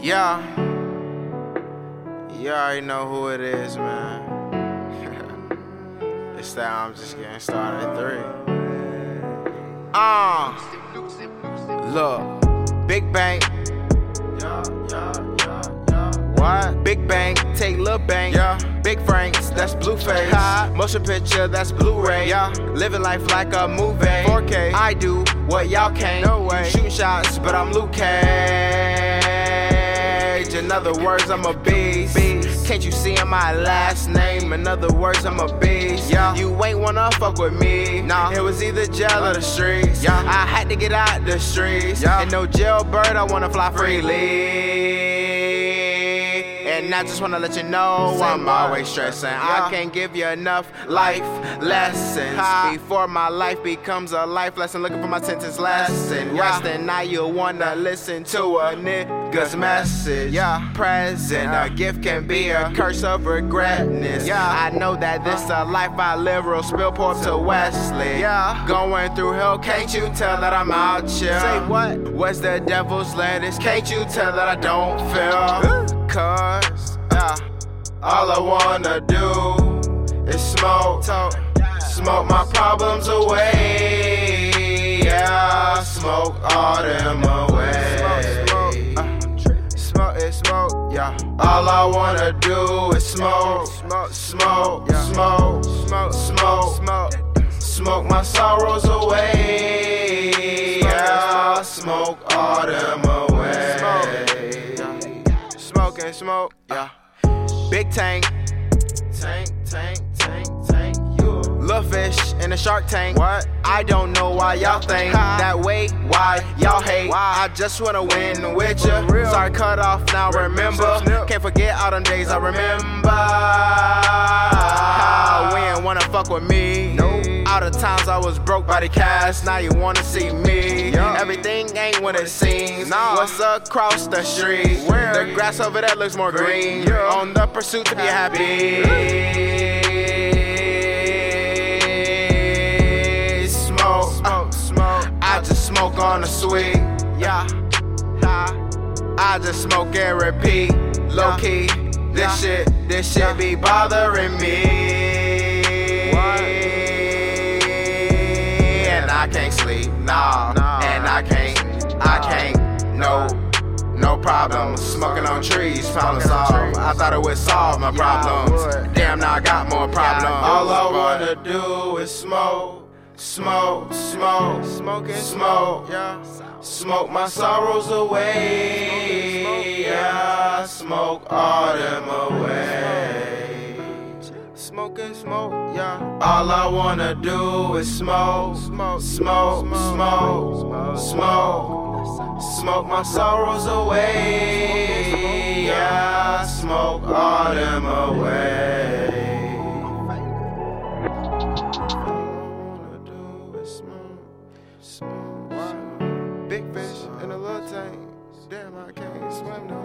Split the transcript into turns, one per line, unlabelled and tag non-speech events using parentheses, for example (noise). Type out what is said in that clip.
Yeah. You already know who it is, man. (laughs) it's that I'm just getting started three. Ah. Look, Big Bang. Yeah, yeah, yeah, yeah. What? Big Bang, take Lil Bang. Yeah. Big Franks, that's Blueface. Ha. Motion picture, that's Blu-ray. Yeah. Living life like a movie. 4K. I do what y'all can't. No way. Shooting shots, but I'm Luke Cage. In other words, I'm a beast. beast. Can't you see in my last name? In other words, I'm a beast. Yeah. You ain't wanna fuck with me. Nah. It was either jail or the streets. Yeah. I had to get out the streets. Yeah. And no jailbird, I wanna fly freely. And I just wanna let you know I'm always stressing. I can't give you enough life lessons before my life becomes a life lesson. Looking for my sentence lesson. Rest and now you wanna listen to a nigga's message. Yeah. Present, a gift can be a curse of regretness. Yeah. I know that this a life I live real spill port to Wesley. Yeah. Going through hell, can't you tell that I'm out here? Say what? What's the devil's lettuce? Can't you tell that I don't feel? cars. Yeah. All I wanna do is smoke, talk, smoke my problems away. Yeah, smoke all them away. Smoke, smoke, uh, smoke it, smoke, yeah. All I wanna do is smoke, smoke, smoke, smoke, smoke, smoke, smoke, smoke my sorrows away. Yeah, smoke all them away. Smoke and smoke, yeah. Big tank, tank, tank, tank, tank. Little fish in a shark tank. What? I don't know why y'all think that way. Why y'all hate? I just wanna win with ya. Sorry, cut off now. Remember, can't forget all them days I remember. We ain't wanna fuck with me. All the times I was broke by the cash, now you wanna see me. Everything ain't what it seems. What's across the street? The grass over there looks more green. On the pursuit to be happy. Smoke, smoke, smoke. I just smoke on the sweet. Yeah. I just smoke and repeat. Low key, this shit, this shit be bothering me. And I can't sleep, nah. And I can't, I can't, no, no problem. Smoking on trees, problem solved. I thought it would solve my problems. Damn, now I got more problems. All I wanna do is smoke, smoke, smoke, smoke, smoke, yeah. Smoke my sorrows away, yeah. Smoke all them away. Smoke and smoke, yeah. All I wanna do is smoke, smoke, smoke, smoke, smoke, smoke my sorrows away, yeah. Smoke all them away. Big fish in a little tank. Damn, I can't swim no